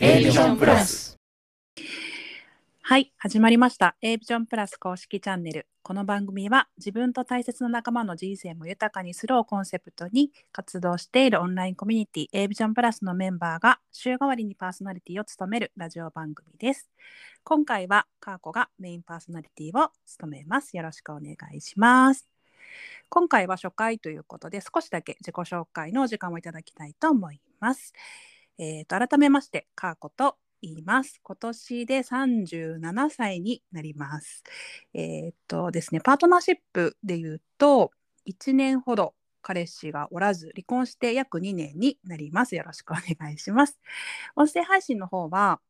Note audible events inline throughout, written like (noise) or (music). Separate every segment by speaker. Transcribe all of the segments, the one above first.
Speaker 1: A ビジョンプラス。
Speaker 2: はい、始まりました。A ビジョンプラス公式チャンネル。この番組は自分と大切な仲間の人生も豊かにするをコンセプトに活動しているオンラインコミュニティ A ビジョンプラスのメンバーが週替わりにパーソナリティを務めるラジオ番組です。今回はカーコがメインパーソナリティを務めます。よろしくお願いします。今回は初回ということで少しだけ自己紹介のお時間をいただきたいと思います。えーと改めましてカーコと言います。今年で37歳になります。えーっとですね、パートナーシップで言うと、1年ほど彼氏がおらず、離婚して約2年になります。よろしくお願いします。音声配信の方は、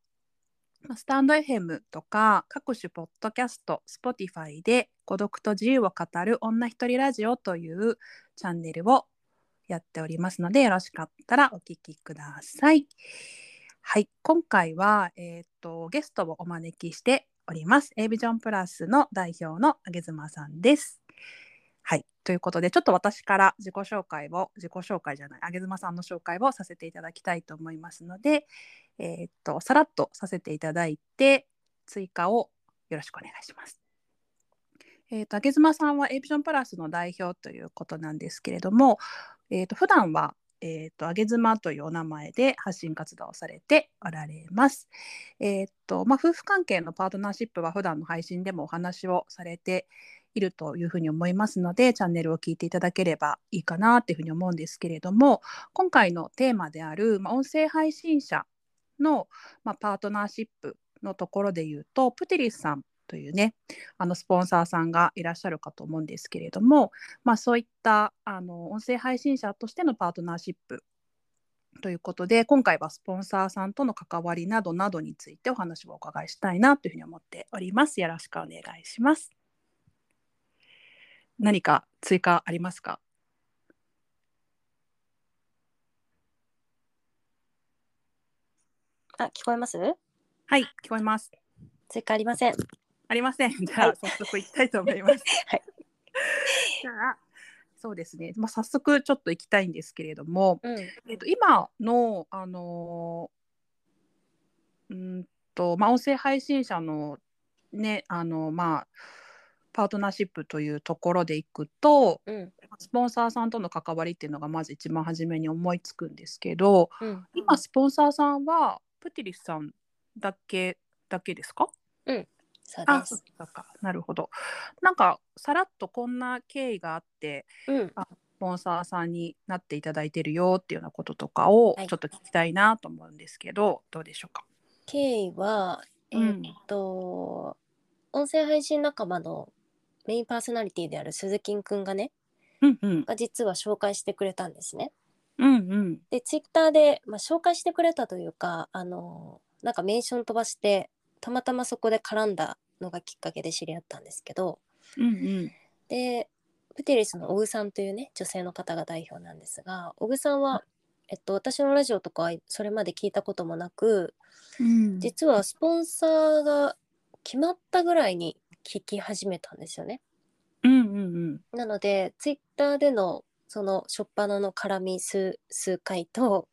Speaker 2: まあスタンド FM とか各種ポッドキャスト、Spotify で孤独と自由を語る女一人ラジオというチャンネルをやっておりますので、よろしかったらお聞きください。はい、今回は、えー、とゲストをお招きしております。A ビジョンプラスの代表の上妻さんです。はい、ということでちょっと私から自己紹介を自己紹介じゃない上妻さんの紹介をさせていただきたいと思いますので、えー、とさらっとさせていただいて追加をよろしくお願いします。えー、と上妻さんは A ビジョンプラスの代表ということなんですけれども、えー、と普段はえー、とあげ妻というお名前で発信活動をされておられます。えーとまあ、夫婦関係のパートナーシップは普段の配信でもお話をされているというふうに思いますのでチャンネルを聞いていただければいいかなというふうに思うんですけれども今回のテーマである、まあ、音声配信者の、まあ、パートナーシップのところで言うとプティリスさんというねあのスポンサーさんがいらっしゃるかと思うんですけれども、まあ、そういったあの音声配信者としてのパートナーシップということで今回はスポンサーさんとの関わりなどなどについてお話をお伺いしたいなというふうに思っております。よろしくお願いします。何か追加ありますか
Speaker 3: あ、聞こえます
Speaker 2: はい、聞こえます。
Speaker 3: 追加ありません。
Speaker 2: ありません。じゃ
Speaker 3: は
Speaker 2: あ
Speaker 3: い
Speaker 2: 早速いきたいと思います。
Speaker 3: (laughs) はい。
Speaker 2: (laughs) じゃあそうですね、まあ、早速ちょっといきたいんですけれども、
Speaker 3: うん。
Speaker 2: えっと、今の、あのーうーんと、まあ、音声配信者のね、あの、まあ、パートナーシップというところでいくと、
Speaker 3: うん。
Speaker 2: スポンサーさんとの関わりっていうのがまず一番初めに思いつくんですけど、
Speaker 3: うん。
Speaker 2: 今、スポンサーさんは、プティリスさんだけ、だけですか
Speaker 3: そう
Speaker 2: あ、
Speaker 3: で
Speaker 2: そう
Speaker 3: す。
Speaker 2: だか。なるほど。なんか、さらっとこんな経緯があって、
Speaker 3: うん。
Speaker 2: スポンサーさんになっていただいてるよっていうようなこととかを
Speaker 3: はい
Speaker 2: ちょっと聞きたいなと思うんですけど、どうでしょうか、
Speaker 3: 経緯は、え
Speaker 2: う
Speaker 3: ーっ
Speaker 2: ん
Speaker 3: と、音声配信仲間のメインパーソナリティである鈴木くんがね、
Speaker 2: うんうん、
Speaker 3: が実は紹介してくれたんですね。
Speaker 2: うんうん
Speaker 3: で、ツイッターで、まあ、紹介してくれたというか、あの、なんかメンション飛ばして、たまたまそこで絡んだのがきっかけで知り合ったんですけど、
Speaker 2: うん
Speaker 3: でプテリスの小久さんというね女性の方が代表なんですが小久さんは、えっと、私のラジオとかはそれまで聞いたこともなく
Speaker 2: うん
Speaker 3: 実はスポンサーが決まったぐらいに聞き始めたんですよね。
Speaker 2: うんうん
Speaker 3: なのでツイッターでのその初っ端の絡み数数回と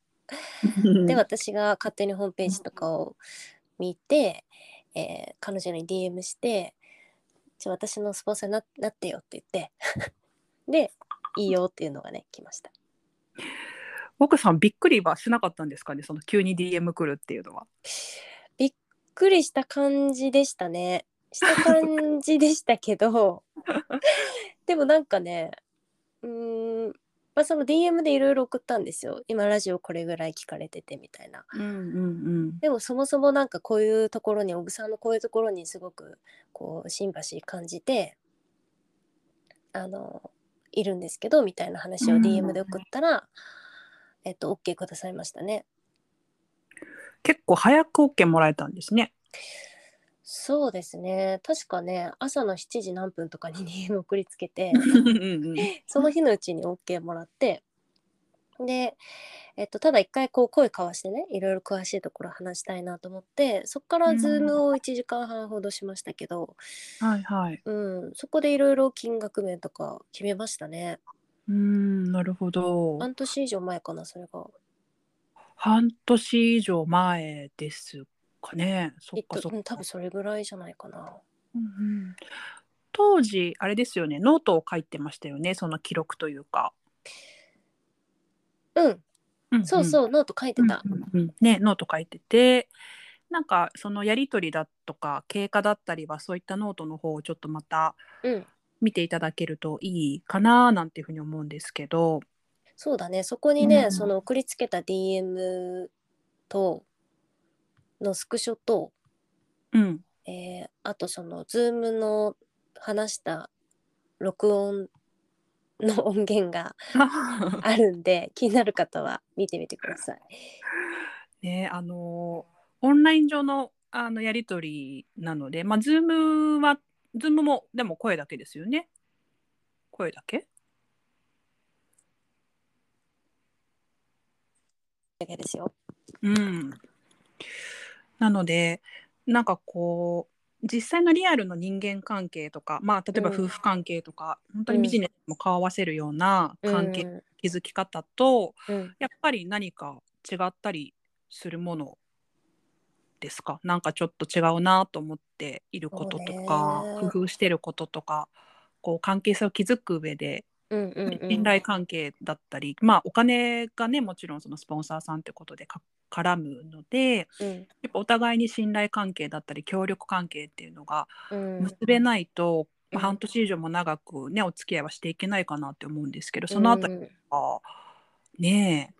Speaker 2: うん
Speaker 3: で私が勝手にホームページとかを見て、えー彼女に DM して「じゃあ私のスポンサーにななってよ」って言って (laughs) で「いいよ」っていうのがね来ました。
Speaker 2: 奥さんびっくりはしなかったんですかねその急に DM 来るっていうのは。
Speaker 3: びっくりした感じでしたねした感じでしたけ
Speaker 2: (laughs)
Speaker 3: どでもなんかねうーん、まあ、その DM でいろいろ送ったんですよ今ラジオこれぐらい聞かれててみたいな
Speaker 2: うんうん
Speaker 3: でもそもそもなんかこういうところに小木さんのこういうところにすごくこうシンパシー感じてあのいるんですけどみたいな話を
Speaker 2: うん
Speaker 3: DM で送ったら、えっと OK くださいましたね。
Speaker 2: 結構早く OK もらえたんですね。
Speaker 3: そうですね確かね朝の7時何分とかに DM (laughs) 送りつけて
Speaker 2: うん
Speaker 3: その日のうちに OK もらってで、えっと、ただ一回こう声交わしてねいろいろ詳しいところ話したいなと思ってそこから
Speaker 2: うん
Speaker 3: Zoom を1時間半ほどしましたけど、
Speaker 2: はいはい。
Speaker 3: うん、そこでいろいろ金額面とか決めましたね。
Speaker 2: うんなるほど。
Speaker 3: 半年以上前かな、それが。
Speaker 1: 半年以上前ですかね。そ
Speaker 3: え
Speaker 1: っ
Speaker 3: っ
Speaker 1: か
Speaker 3: と
Speaker 1: そっか。
Speaker 3: うん多分それぐらいじゃないかな。
Speaker 1: うんうん当時あれですよねノートを書いてましたよねその記録というか、
Speaker 3: うん、
Speaker 1: んん
Speaker 3: そうそう、ノート書いてた。
Speaker 1: うんうんね、ノート書いててなんかそのやり取りだとか経過だったりはそういったノートの方をちょっとまた
Speaker 3: うん、
Speaker 1: 見ていただけるといいかななんていうふうに思うんですけど、
Speaker 3: (laughs) そうだね。そこにね、
Speaker 1: うん
Speaker 3: その送りつけた DM とのスクショと、
Speaker 1: うん、
Speaker 3: えーあとその Zoom の話した録音の音源があるんで、気になる方は見てみてください。
Speaker 1: ねあのオンライン上のあのやり取りなので、まあ、Zoom は Zoom もでも声だけですよね声だけ
Speaker 3: だけですよ。
Speaker 1: うん、なのでなんかこう実際のリアルの人間関係とか、まあ、例えば
Speaker 3: うん
Speaker 1: 夫婦関係とか、本当
Speaker 3: う
Speaker 1: に
Speaker 3: ん
Speaker 1: ビジネスも顔合わせるような関係、
Speaker 3: うん
Speaker 1: 築き方と
Speaker 3: うん、
Speaker 1: やっぱり何か違ったりするものですかなんかちょっと違うなと思っていることとか
Speaker 3: そうね
Speaker 1: 工夫してることとかこう関係性を築く上で
Speaker 3: うん、うん、うん。
Speaker 1: 信頼関係だったり、まあお金がねもちろんそのスポンサーさんってことでか絡むので
Speaker 3: うん、
Speaker 1: やっぱお互いに信頼関係だったり協力関係っていうのが
Speaker 3: うん、
Speaker 1: 結べないと、
Speaker 3: うん
Speaker 1: まあ半年以上も長くねお付き合いはしていけないかなって思うんですけどそのあたり
Speaker 3: うん
Speaker 1: は、ね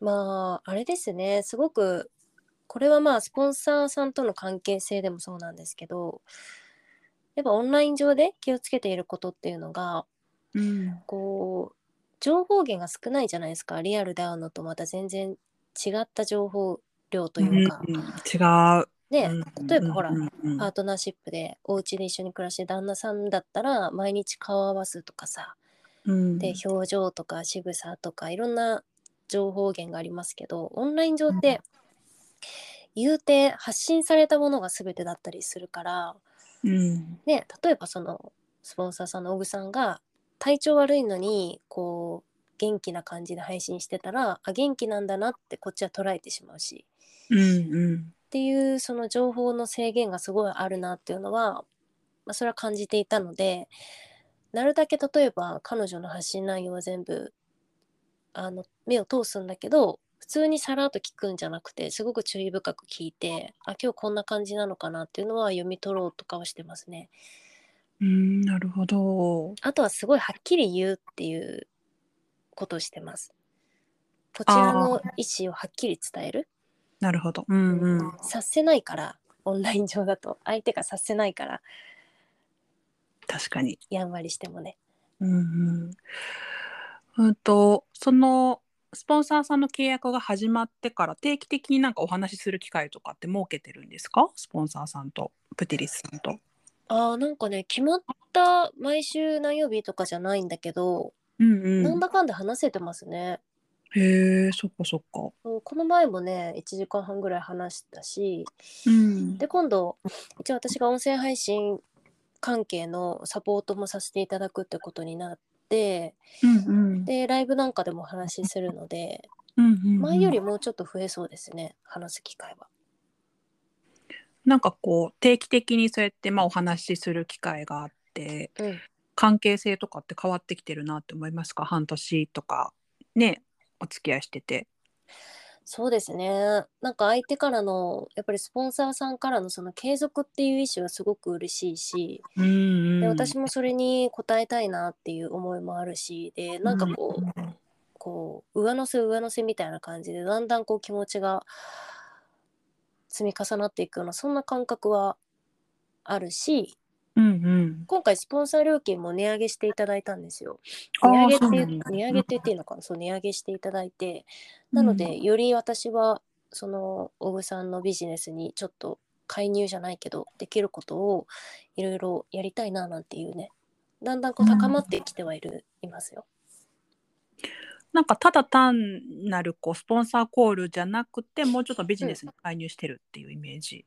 Speaker 3: まああれですねすごくこれはまあスポンサーさんとの関係性でもそうなんですけどやっぱオンライン上で気をつけていることっていうのが
Speaker 1: え、うん
Speaker 3: こう情報源が少ないじゃないですかリアルで会うのとまた全然違った情報量というか、
Speaker 1: うん違う。
Speaker 3: ね
Speaker 1: うん
Speaker 3: 例えばほら、
Speaker 1: うんうん
Speaker 3: パートナーシップでお家で一緒に暮らして旦那さんだったら毎日顔合わすとかさ
Speaker 1: うん
Speaker 3: で表情とか仕草とかいろんな情報源がありますけどオンライン上って言うて発信されたものが全てだったりするから、
Speaker 1: うん
Speaker 3: ね、例えばそのスポンサーさんの小具さんが体調悪いのにこう元気な感じで配信してたらあ元気なんだなってこっちは捉えてしまうし
Speaker 1: うんうん
Speaker 3: っていうその情報の制限がすごいあるなっていうのは、まあ、それは感じていたのでなるだけ例えば彼女の発信内容は全部あの目を通すんだけど普通にさらっと聞くんじゃなくてすごく注意深く聞いてあ今日こんな感じなのかなっていうのは読み取ろうとかはしてますね。
Speaker 1: うんなるほど。
Speaker 3: あとはすごいはっきり言うっていうことをしてます。こちらの意思をはっきり伝える
Speaker 1: なるほど。うんうん。
Speaker 3: 察せないからオンライン上だと相手が察せないから
Speaker 1: 確かに。
Speaker 3: やんわりしてもね。
Speaker 1: うんうん。うんとそのスポンサーさんの契約が始まってから定期的になんかお話しする機会とかって設けてるんですか？スポンサーさんとプテリスさんと。
Speaker 3: あーなんかね決まった毎週何曜日とかじゃないんだけど、
Speaker 1: うんう
Speaker 3: なんだかんだ話せてますね。
Speaker 1: へえ、そっかそっか。
Speaker 3: そうこの前もね1時間半ぐらい話したし
Speaker 1: うん
Speaker 3: で今度一応私が音声配信関係のサポートもさせていただくってことになって
Speaker 1: うんうん。
Speaker 3: でライブなんかでもお話しするので
Speaker 1: うんうんうん
Speaker 3: 前よりもうちょっと増えそうですね話す機会は。
Speaker 1: なんかこう定期的にそうやってまあお話しする機会があって
Speaker 3: うん
Speaker 1: 関係性とかって変わってきてるなって思いますか？半年とかねお付き合いしてて。
Speaker 3: そうですね。なんか相手からの、やっぱりスポンサーさんからのその継続っていう意思はすごく嬉しいし、
Speaker 1: うんうん
Speaker 3: で私もそれに応えたいなっていう思いもあるし、で、なんかこう、こう上乗せ上乗せみたいな感じで、だんだんこう気持ちが積み重なっていくような、そんな感覚はあるし、
Speaker 1: うんうん。
Speaker 3: 今回スポンサー料金も値上げしていただいたんですよ。
Speaker 1: あー
Speaker 3: 値上げって
Speaker 1: そう
Speaker 3: い
Speaker 1: な
Speaker 3: うん
Speaker 1: だ
Speaker 3: 値上げって言っていいのかな、そう値上げしていただいて、なので、より私はその小具さんのビジネスにちょっと介入じゃないけどできることをいろいろやりたいななんていうねだんだんこう
Speaker 1: うん
Speaker 3: 高まってきてはいる、いますよ。
Speaker 1: なんかただ単なるこうスポンサーコールじゃなくてもうちょっとビジネスに介入してるっていうイメージ。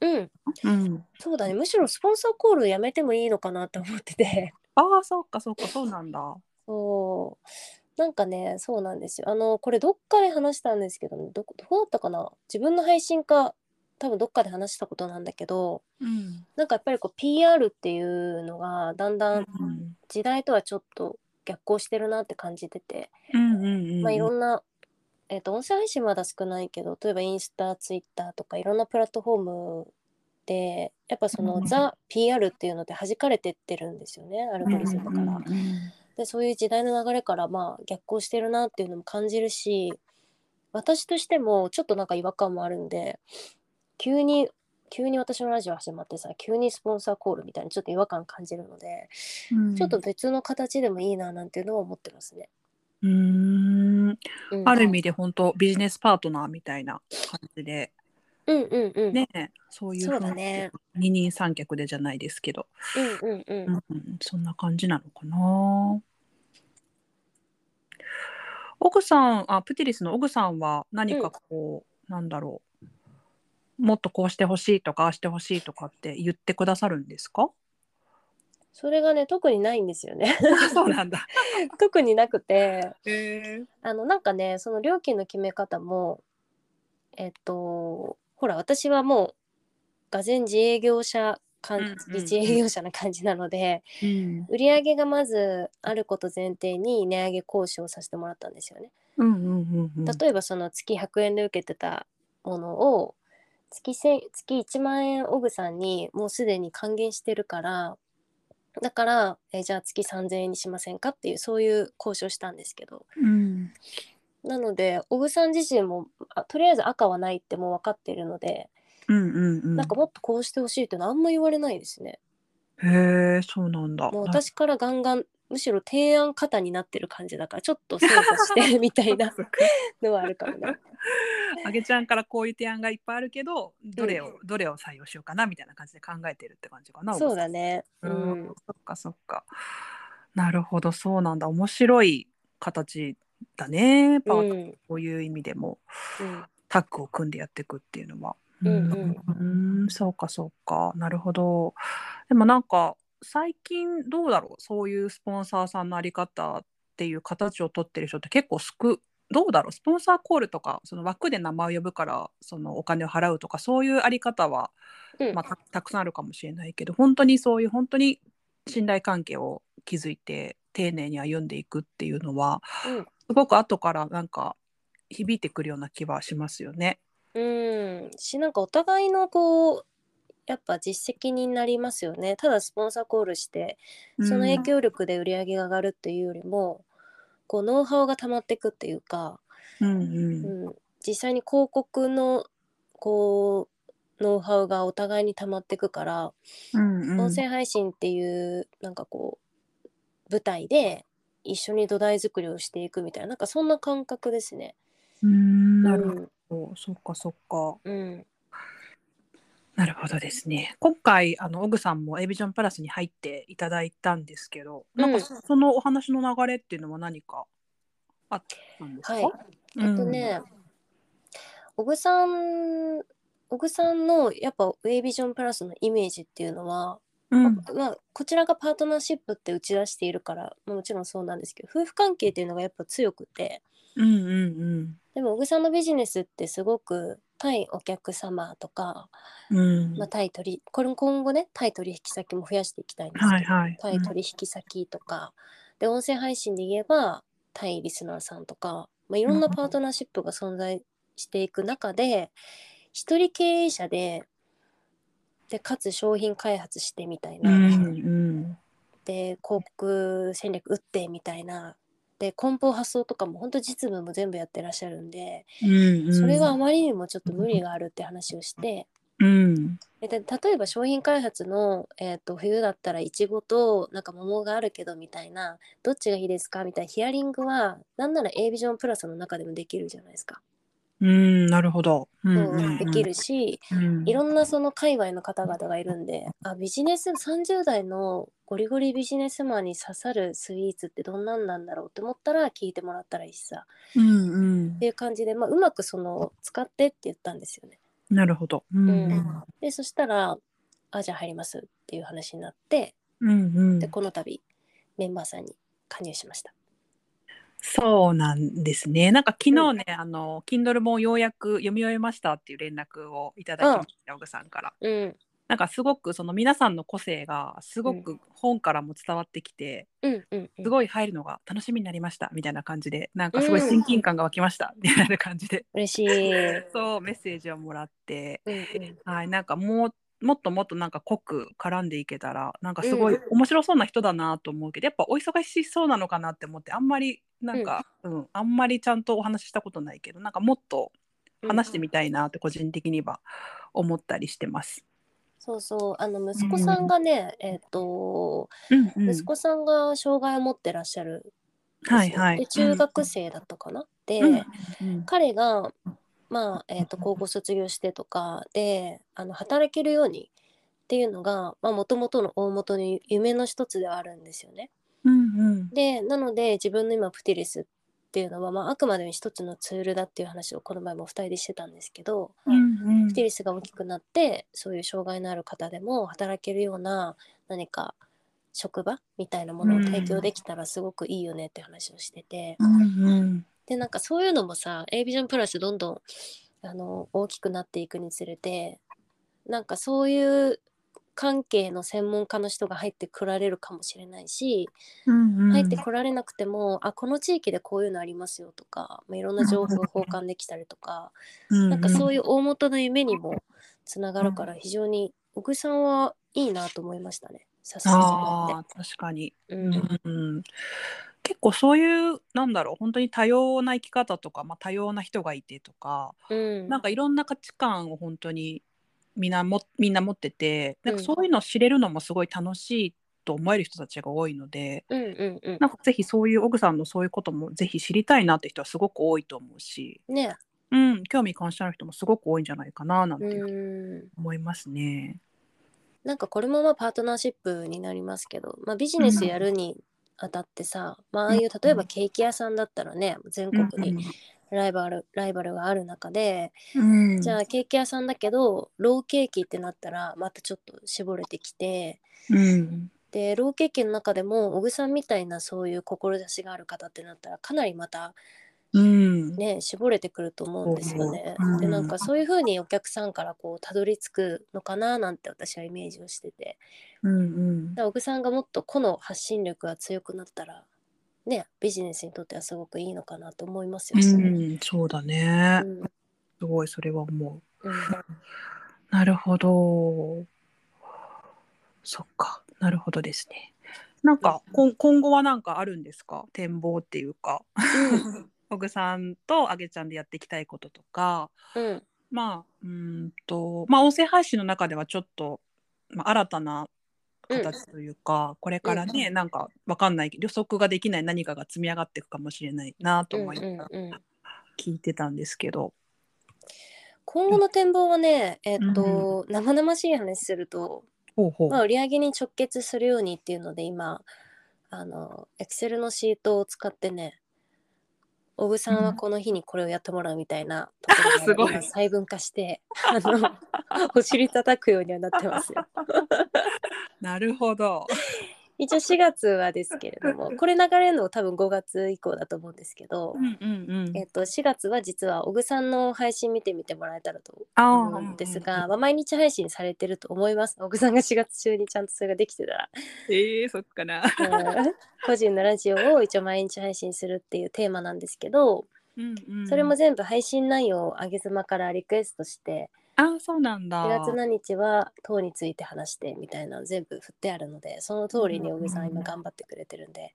Speaker 3: うん
Speaker 1: うん、
Speaker 3: そうだねむしろスポンサーコールやめてもいいのかなと思ってて
Speaker 1: ああそうかそうかそうなんだ。
Speaker 3: そうなんかねそうなんですよあのこれどっかで話したんですけどねどこどこだったかな自分の配信か多分どっかで話したことなんだけど
Speaker 1: うん
Speaker 3: なんかやっぱりこう PR っていうのがだんだん
Speaker 1: うん
Speaker 3: 時代とはちょっと逆行してるなって感じてて、
Speaker 1: うんうん
Speaker 3: まあ、いろんな、えー、と音声配信まだ少ないけど例えばインスタツイッターとかいろんなプラットフォームでやっぱその、
Speaker 1: うん
Speaker 3: ザ・ PR っていうので弾かれてってるんですよねアルゴリズムから。
Speaker 1: うんうん
Speaker 3: でそういう時代の流れからまあ逆行してるなっていうのも感じるし私としてもちょっとなんか違和感もあるんで急に急に私のラジオ始まってさ急にスポンサーコールみたいにちょっと違和感感じるので、
Speaker 1: うん
Speaker 3: ちょっと別の形でもいいななんていうのは思ってますね。
Speaker 1: うーん
Speaker 3: うん
Speaker 1: ある意味で本当ビジネスパートナーみたいな感じで、
Speaker 3: うんうんうん、
Speaker 1: ねそういう
Speaker 3: そう
Speaker 1: 風
Speaker 3: だ
Speaker 1: に
Speaker 3: ね
Speaker 1: 二人三脚でじゃないですけど、
Speaker 3: うんうんうん
Speaker 1: うんうんそんな感じなのかな。奥さんあプティリスの奥さんは何かこう、なんだろうもっとこうしてほしいとかああしてほしいとかって言ってくださるんです
Speaker 3: (laughs)
Speaker 1: か
Speaker 3: それがね特にないんですよね (laughs)
Speaker 1: あそうなんだ。
Speaker 3: 特になくて
Speaker 1: へえ
Speaker 3: あのなんかねその料金の決め方もえっとほら私はもうがぜん自営業者かん
Speaker 1: うんうんうん
Speaker 3: 自営業者な感じなので、
Speaker 1: うん
Speaker 3: 売り上げがまずあること前提に値上げ交渉をさせてもらったんですよね。
Speaker 1: うんうんうんうん。
Speaker 3: 例えばその月100円で受けてたものを月1000月1万円オグさんにもうすでに還元してるからだからえーじゃあ月3,000円にしませんかっていうそういう交渉したんですけど
Speaker 1: うん
Speaker 3: なのでオグさん自身もあとりあえず赤はないってもう分かってるので、
Speaker 1: うんうんうん。
Speaker 3: なんかもっとこうしてほしいっていうのはあんま言われないですね。
Speaker 1: へえそうなんだ。
Speaker 3: もう私からガンガンむしろ提案型になってる感じだからちょっと精査してるみたいなのはあるかもね。
Speaker 1: (laughs) あげちゃんからこういう提案がいっぱいあるけどどれを、どれを採用しようかなみたいな感じで考えてるって感じかな。
Speaker 3: そうだね。
Speaker 1: う、
Speaker 3: うんん、
Speaker 1: そっかそっか。なるほどそうなんだ面白い形だねパ
Speaker 3: う
Speaker 1: ート
Speaker 3: ん
Speaker 1: こういう意味でも、
Speaker 3: うん
Speaker 1: タッグを組んでやっていくっていうのは。
Speaker 3: うん
Speaker 1: うんそうかそうかなるほど。でもなんか最近どうだろうそういうスポンサーさんのあり方っていう形を取ってる人って結構少どうだろうスポンサーコールとかその枠で名前を呼ぶからそのお金を払うとかそういうあり方は、
Speaker 3: うん
Speaker 1: まあ、たたくさんあるかもしれないけど本当にそういう本当に信頼関係を築いて丁寧に歩んでいくっていうのは
Speaker 3: うん
Speaker 1: すごく後からなんか響いてくるような気はしますよね。
Speaker 3: うん、しなんかお互いのこうやっぱ実績になりますよねただスポンサーコールしてその影響力で売り上げが上がるっていうよりも、こうノウハウが溜まっていくっていうか、
Speaker 1: うん
Speaker 3: う、
Speaker 1: うん
Speaker 3: 実際に広告のこうノウハウがお互いに溜まっていくから、
Speaker 1: んうん
Speaker 3: 音声配信っていうなんかこう舞台で一緒に土台作りをしていくみたいななんかそんな感覚ですね。
Speaker 1: うんなるほどそうそっかそっか。
Speaker 3: うん、うん
Speaker 1: なるほどですね。今回あのオグさんもエビジョンプラスに入っていただいたんですけど、なんか
Speaker 3: うん
Speaker 1: そそのお話の流れっていうのは何かあったんですか？
Speaker 3: はいあとね、小久さん小久さんのやっぱウェイビジョンプラスのイメージっていうのは、
Speaker 1: うん、うん、
Speaker 3: まあ、こちらがパートナーシップって打ち出しているから、まあ、もちろんそうなんですけど夫婦関係っていうのがやっぱ強くて
Speaker 1: うんうん
Speaker 3: でも小久さんのビジネスってすごく対お客様とか、
Speaker 1: うんうん
Speaker 3: まあ、対取りこれ今後ね対取引先も増やしていきたいんですけど、
Speaker 1: はいはい。
Speaker 3: 対取引先とか、で音声配信で言えば対リスナーさんとか、まあ、いろんなパートナーシップが存在していく中で一人経営者ででかつ商品開発してみたいな、
Speaker 1: うんうん
Speaker 3: で広告戦略打ってみたいなで梱包発送とかも本当実務も全部やってらっしゃるんで
Speaker 1: うんうん。
Speaker 3: それがあまりにもちょっと無理があるって話をして。
Speaker 1: うん
Speaker 3: えで例えば商品開発の、えー、と冬だったらいちごとなんか桃があるけどみたいなどっちがいいですかみたいなヒアリングはなんなら A ビジョンプラスの中でもできるじゃないですか。
Speaker 1: うんなるほど。うん
Speaker 3: そう
Speaker 1: うんうん
Speaker 3: できるし
Speaker 1: うん
Speaker 3: いろんなその界隈の方々がいるんであビジネス30代のゴリゴリビジネスマンに刺さるスイーツってどんなんなんだろうって思ったら聞いてもらったらいいしさ
Speaker 1: うんうん
Speaker 3: っていう感じで、まあ、うまくその使ってって言ったんですよね。
Speaker 1: なるほど。うんう
Speaker 3: うんんでそしたらあじゃあ入りますっていう話になって。
Speaker 1: うんうん
Speaker 3: で。この度メンバーさんに加入しました。
Speaker 1: そうなんですね。なんか昨日ね、あの Kindle 本をようやく読み終えましたっていう連絡をいただきました、小グさんから。
Speaker 3: うん
Speaker 1: なんかすごくその皆さんの個性がすごく本からも伝わってきて、
Speaker 3: うんうんうん
Speaker 1: すごい入るのが楽しみになりましたみたいな感じで、なんかすごい親近感が湧きましたみたいな感じで、
Speaker 3: 嬉しい。うん
Speaker 1: そうメッセージをもらって、
Speaker 3: うん
Speaker 1: はい、なんかもうもっともっとなんか濃く絡んでいけたらなんかすごい面白そうな人だなと思うけど、やっぱお忙しそうなのかなって思ってあんまりなんか、うんあんまりちゃんとお話ししたことないけどなんかもっと (laughs) 話してみたいなって個人的には思ったりしてます。
Speaker 3: そうそうあの息子さんがね、えっ、と、
Speaker 1: うんうん
Speaker 3: 息子さんが障害を持ってらっしゃるんですよ
Speaker 1: はいはい、
Speaker 3: で中学生だったかな、で、
Speaker 1: うんうん
Speaker 3: 彼がまあ、えー、と高校卒業してとかであの働けるようにっていうのがもともとの大元の夢の一つではあるんですよね。
Speaker 1: うんうん
Speaker 3: でなので自分の今プティリスっていうのは、まあ、あくまでも一つのツールだっていう話をこの前も2人でしてたんですけど、
Speaker 1: うんうん
Speaker 3: プティリスが大きくなってそういう障害のある方でも働けるような何か職場みたいなものを提供できたらすごくいいよねって話をしてて。
Speaker 1: うん
Speaker 3: でなんかそういうのもさ A ビジョンプラスどんどんあの大きくなっていくにつれてなんかそういう関係の専門家の人が入ってこられるかもしれないし
Speaker 1: うん
Speaker 3: 入ってこられなくても、あこの地域でこういうのありますよとか、まあ、いろんな情報を交換できたりとか、なんかそう
Speaker 1: い
Speaker 3: いう大元の夢にもつながるから非常に小久さんはいいなと思いましたね。さすが
Speaker 1: あー確かに
Speaker 3: にうんうん
Speaker 1: うん結構そういうなんだろう本当に多様な生き方とか、まあ、多様な人がいてとか、
Speaker 3: うん
Speaker 1: なんかいろんな価値観を本当にみんなもみんな持っててなんか
Speaker 3: うん
Speaker 1: そういうのを知れるのもすごい楽しいと思える人たちが多いので、
Speaker 3: うんうん
Speaker 1: なんかぜひそういう奥さんのそういうこともぜひ知りたいなって人はすごく多いと思うし、
Speaker 3: うんね
Speaker 1: うん、興味関心ある人もすごく多いんじゃないかななんていうふうに
Speaker 3: うん
Speaker 1: 思いますね。
Speaker 3: なんかこれもまあパートナーシップになりますけど、まあ、ビジネスやるにあたってさ、まあ、ああいう例えばケーキ屋さんだったらね全国にライバルライバルがある中で
Speaker 1: うん
Speaker 3: じゃあケーキ屋さんだけどローケーキってなったらまたちょっと絞れてきて
Speaker 1: うん
Speaker 3: でローケーキの中でも小久さんみたいなそういう志がある方ってなったらかなりまた
Speaker 1: うん
Speaker 3: ね絞れてくると思うんですよね
Speaker 1: うん。
Speaker 3: でなんかそういう風にお客さんからこうたどり着くのかななんて私はイメージをしてて。
Speaker 1: うん
Speaker 3: だから奥さんがもっと個の発信力が強くなったらねビジネスにとってはすごくいいのかなと思いますよ
Speaker 1: う
Speaker 3: ね。
Speaker 1: ん、そうだね
Speaker 3: う。ん
Speaker 1: すごいそれは思う。 (laughs)
Speaker 3: うん
Speaker 1: なるほど。そっか、なるほどですね。なんか、こん今後はなんかあるんですか展望っていうか。小グさんとあげちゃんでやっていきたいこととか、
Speaker 3: うん
Speaker 1: まあ、うーんと、まあ、音声配信の中ではちょっと、まあ、新たな形というか、これからね、なんかわかんない予測ができない何かが積み上がっていくかもしれないなと
Speaker 3: うん
Speaker 1: 思いながら
Speaker 3: うんうん
Speaker 1: 聞いてたんですけど。
Speaker 3: 今後の展望はね、えっと生々しい話すると、
Speaker 1: ほうほう。
Speaker 3: まあ、売り上げに直結するようにっていうので今あの Excel のシートを使ってね小久さんはこの日にこれをやってもらうみたいなところまで
Speaker 1: (laughs) すごい
Speaker 3: 今細分化してあの (laughs) お尻叩くようにはなってますよ。
Speaker 1: なるほど。
Speaker 3: 一応4月はですけれどもこれ流れるの多分5月以降だと思うんですけど、
Speaker 1: うんうんうん
Speaker 3: えっと4月は実は小久さんの配信見てみてもらえたらと
Speaker 1: あ
Speaker 3: 思うんですが、まあ、毎日配信されてると思います小久さんが4月中にちゃんとそれができて (laughs) たら。
Speaker 1: えー、そっかな。
Speaker 3: うん個人のラジオを一応毎日配信するっていうテーマなんですけど
Speaker 1: うんうん
Speaker 3: それも全部配信内容をあげ妻からリクエストして
Speaker 1: あそうなんだ。
Speaker 3: 4月何日は党について話してみたいなの全部振ってあるのでその通りに小木さんは今頑張ってくれてるんで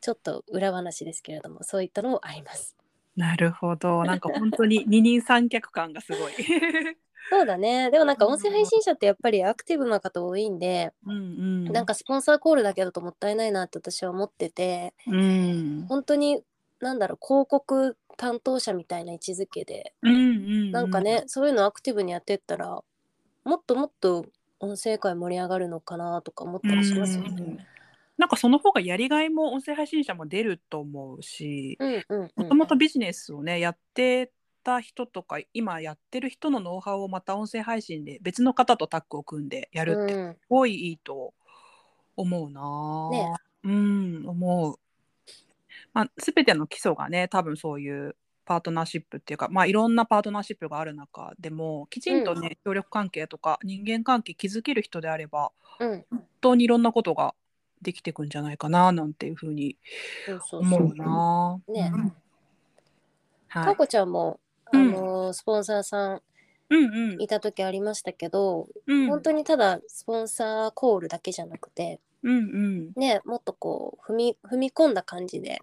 Speaker 3: ちょっと裏話ですけれどもそういったのもあります
Speaker 1: なるほど。なんか本当に二人三脚感がすごい。
Speaker 3: そうだねでもなんか音声配信者ってやっぱりアクティブな方多いんで
Speaker 1: (laughs) うんうん。
Speaker 3: なんかスポンサーコールだけだともったいないなって私は思ってて
Speaker 1: うん。
Speaker 3: 本当になんだろう広告担当者みたいな位置づけで
Speaker 1: うんうん。
Speaker 3: なんかね、。そういうのアクティブにやってったらもっともっと音声界盛り上がるのかなとか思ったりしますよね。
Speaker 1: うんなんかその方がやりがいも音声配信者も出ると思うし、
Speaker 3: うんうんう
Speaker 1: も
Speaker 3: ん
Speaker 1: ともとビジネスをねやってた人とか今やってる人のノウハウをまた音声配信で別の方とタッグを組んでやるって
Speaker 3: うん
Speaker 1: すごいいいと思うなあ。
Speaker 3: ね
Speaker 1: うん、思う。まあ、全ての基礎がね多分そういうパートナーシップっていうか、まあ、いろんなパートナーシップがある中でもきちんとね、協力関係とか人間関係築ける人であれば
Speaker 3: うん、
Speaker 1: 本当にいろんなことができてくんじゃないかななんていうふうに
Speaker 3: そうそうそ
Speaker 1: 思
Speaker 3: う
Speaker 1: う。な。
Speaker 3: ね
Speaker 1: うんは
Speaker 3: か
Speaker 1: い、
Speaker 3: こちゃんも、あ
Speaker 1: うん
Speaker 3: のスポンサーさ
Speaker 1: うんうん
Speaker 3: んいた時ありましたけど、
Speaker 1: うん
Speaker 3: 本当にただスポンサーコールだけじゃなくて、
Speaker 1: うんうん
Speaker 3: ね、もっとこう踏み踏み込んだ感じで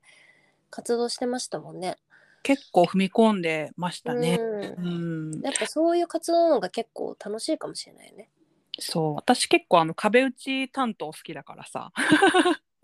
Speaker 3: 活動してましたもんね。
Speaker 1: 結構踏み込んでましたね。
Speaker 3: う、
Speaker 1: うんん、
Speaker 3: やっぱそういう活動の方が結構楽しいかもしれないね。
Speaker 1: そう私結構あの壁打ち担当好きだからさ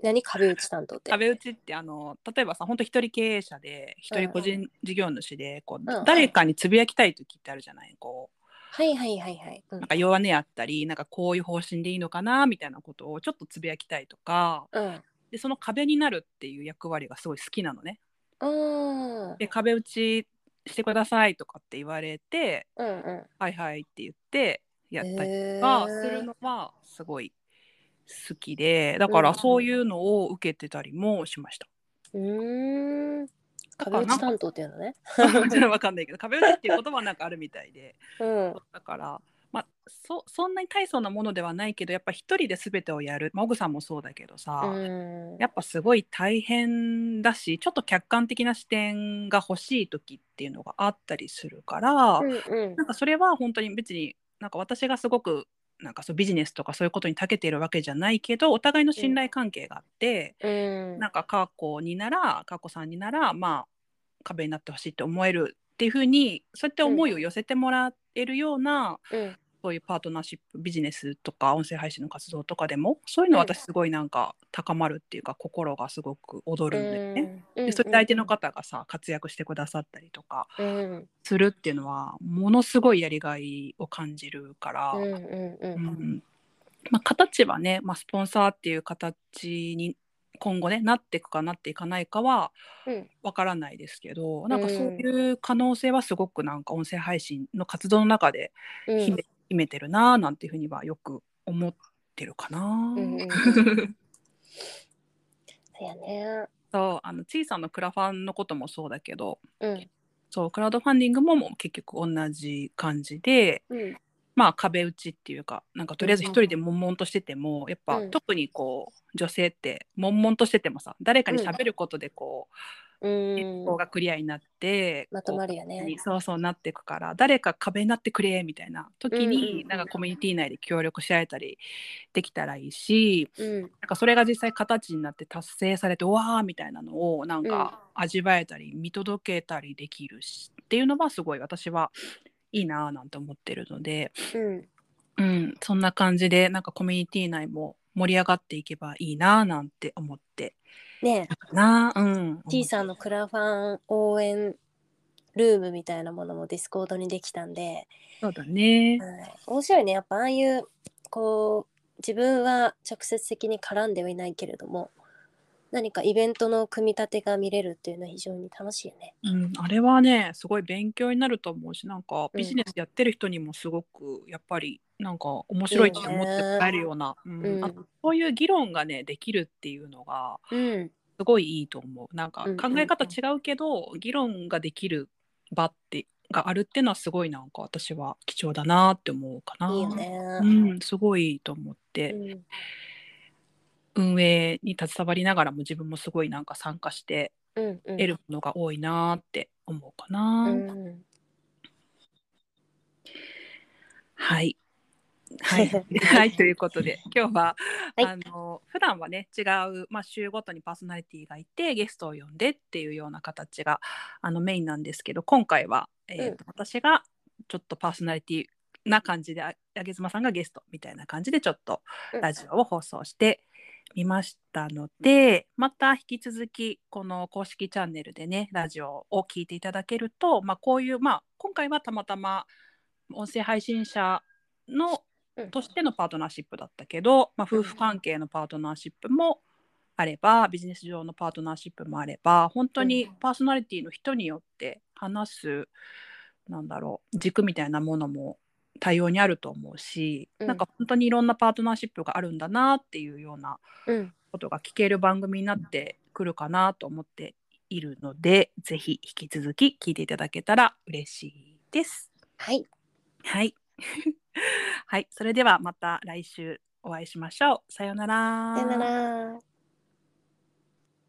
Speaker 3: 何壁打ち担当って。
Speaker 1: 壁打ちってあの例えばさ本当一人経営者で一人個人事業主でこう、
Speaker 3: うん
Speaker 1: 誰かにつぶやきたい時ってあるじゃないこ
Speaker 3: はいはいはいはい。うん
Speaker 1: うなんか弱音やったりなんかこういう方針でいいのかなみたいなことをちょっとつぶやきたいとか
Speaker 3: うん。
Speaker 1: でその壁になるっていう役割がすごい好きなのね。
Speaker 3: うん。
Speaker 1: で壁打ちしてくださいとかって言われて
Speaker 3: うんうん。
Speaker 1: はいはいって言ってやったり
Speaker 3: え
Speaker 1: がするのはすごい好きでだからそういうのを受けてたりもしました。
Speaker 3: うーん。
Speaker 1: だ
Speaker 3: 壁
Speaker 1: から
Speaker 3: 打
Speaker 1: なん
Speaker 3: ち
Speaker 1: か
Speaker 3: 担当っていうのね。
Speaker 1: (laughs) ちょ
Speaker 3: (laughs)
Speaker 1: っとわかんないけど壁打ちっていう言葉はなんかあるみたいで
Speaker 3: うん。
Speaker 1: だから、まあ、そそんなに大層なものではないけどやっぱ一人で全てをやる、まあ、奥さんもそうだけどさ、
Speaker 3: うん。
Speaker 1: やっぱすごい大変だしちょっと客観的な視点が欲しい時っていうのがあったりするから、
Speaker 3: うんうん
Speaker 1: なんかそれは本当に別になんか私がすごくなんかそうビジネスとかそういうことに長けているわけじゃないけどお互いの信頼関係があって、
Speaker 3: うん。
Speaker 1: なんか過去になら過去さんにならまあ壁になってほしいって思えるっていうふうにそうやって思いを寄せてもらえるような、
Speaker 3: うん
Speaker 1: そういうパートナーシップビジネスとか音声配信の活動とかでもそういうのは私すごいなんか高まるっていうか心がすごく躍るんだよね。
Speaker 3: うん
Speaker 1: でそれで相手の方がさ活躍してくださったりとか
Speaker 3: うんうん
Speaker 1: するっていうのはものすごいやりがいを感じるから、
Speaker 3: うんうんう
Speaker 1: うんんまあ、形はね、まあ、スポンサーっていう形に今後ねなっていくかなっていかないかは
Speaker 3: うん
Speaker 1: わからないですけど、なんかそういう可能性はすごくなんか音声配信の活動の中で
Speaker 3: う
Speaker 1: 秘め,、
Speaker 3: ん
Speaker 1: 秘めてるなあなんていうふうにはよく思ってるかな。
Speaker 3: うんうん (laughs) そうやね
Speaker 1: そうあの小さなクラファンのこともそうだけど
Speaker 3: うん
Speaker 1: そうクラウドファンディングももう結局同じ感じで
Speaker 3: うん
Speaker 1: まあ壁打ちっていうかなんかとりあえず一人で悶々としてても、やっぱ、
Speaker 3: うん
Speaker 1: 特にこう女性って悶々としててもさ誰かに喋ることでこう、
Speaker 3: うん
Speaker 1: 思考がクリアになって、
Speaker 3: まとま
Speaker 1: る
Speaker 3: るよね
Speaker 1: にそうそうなっていくから誰か壁になってくれみたいな時に、
Speaker 3: うん
Speaker 1: なんかコミュニティ内で協力し合えたりできたらいいし
Speaker 3: うん
Speaker 1: なんかそれが実際形になって達成されてうわーみたいなのをなんか味わえたり見届けたりできるしっていうのはすごい私はいいなーなんて思ってるので。
Speaker 3: うん
Speaker 1: うん、そんな感じでなんかコミュニティ内も盛り上がっていけばいいななんて思って
Speaker 3: ねえ
Speaker 1: なうん
Speaker 3: 小さなクラファン応援ルームみたいなものもディスコードにできたんで、
Speaker 1: そうだね
Speaker 3: はい、面白いねやっぱああいうこう自分は直接的に絡んではいないけれども何かイベントの組み立てが見れるっていうのは非常に楽しいよね。
Speaker 1: うん、あれはねすごい勉強になると思うしなんか
Speaker 3: うん
Speaker 1: ビジネスやってる人にもすごくやっぱりなんか面白いって思ってもらえるようなうん
Speaker 3: うん
Speaker 1: あとそういう議論がねできるっていうのが
Speaker 3: うん、
Speaker 1: すごいいいと思うなんか
Speaker 3: うん
Speaker 1: 考え方違うけど、議論ができる場ってがあるっていうのはすごいなんか私は貴重だなって思うかな。
Speaker 3: いいよね
Speaker 1: う。ん、すごいと思っ
Speaker 3: う
Speaker 1: て、
Speaker 3: ん
Speaker 1: 運営に携わりながらも自分もすごいなんか参加して
Speaker 3: うんう
Speaker 1: 得
Speaker 3: ん
Speaker 1: るものが多いなーって思うか
Speaker 3: う
Speaker 1: な、
Speaker 3: ん
Speaker 1: はいはい
Speaker 3: (laughs)
Speaker 1: はいということで今日は、
Speaker 3: はい
Speaker 1: あの普段はね違う、まあ、週ごとにパーソナリティがいてゲストを呼んでっていうような形があのメインなんですけど今回は、えーと私がちょっとパーソナリティな感じでああげずまさんがゲストみたいな感じでちょっと
Speaker 3: うん
Speaker 1: ラジオを放送してみましたので、また引き続きこの公式チャンネルでねラジオを聞いていただけると、まあ、こういう、まあ、今回はたまたま音声配信者の
Speaker 3: うん
Speaker 1: としてのパートナーシップだったけど、まあ、夫婦関係のパートナーシップもあればビジネス上のパートナーシップもあれば本当にパーソナリティの人によって話すなんだろう軸みたいなものも多様にあると思うし、
Speaker 3: うん
Speaker 1: なんか本当にいろんなパートナーシップがあるんだなっていうような
Speaker 3: うん
Speaker 1: ことが聞ける番組になってくるかなと思っているのでぜひ引き続き聞いていただけたら嬉しいです。
Speaker 3: はい。
Speaker 1: はい、 (laughs) はい、それではまた来週お会いしましょう。さようなら
Speaker 3: さよなら。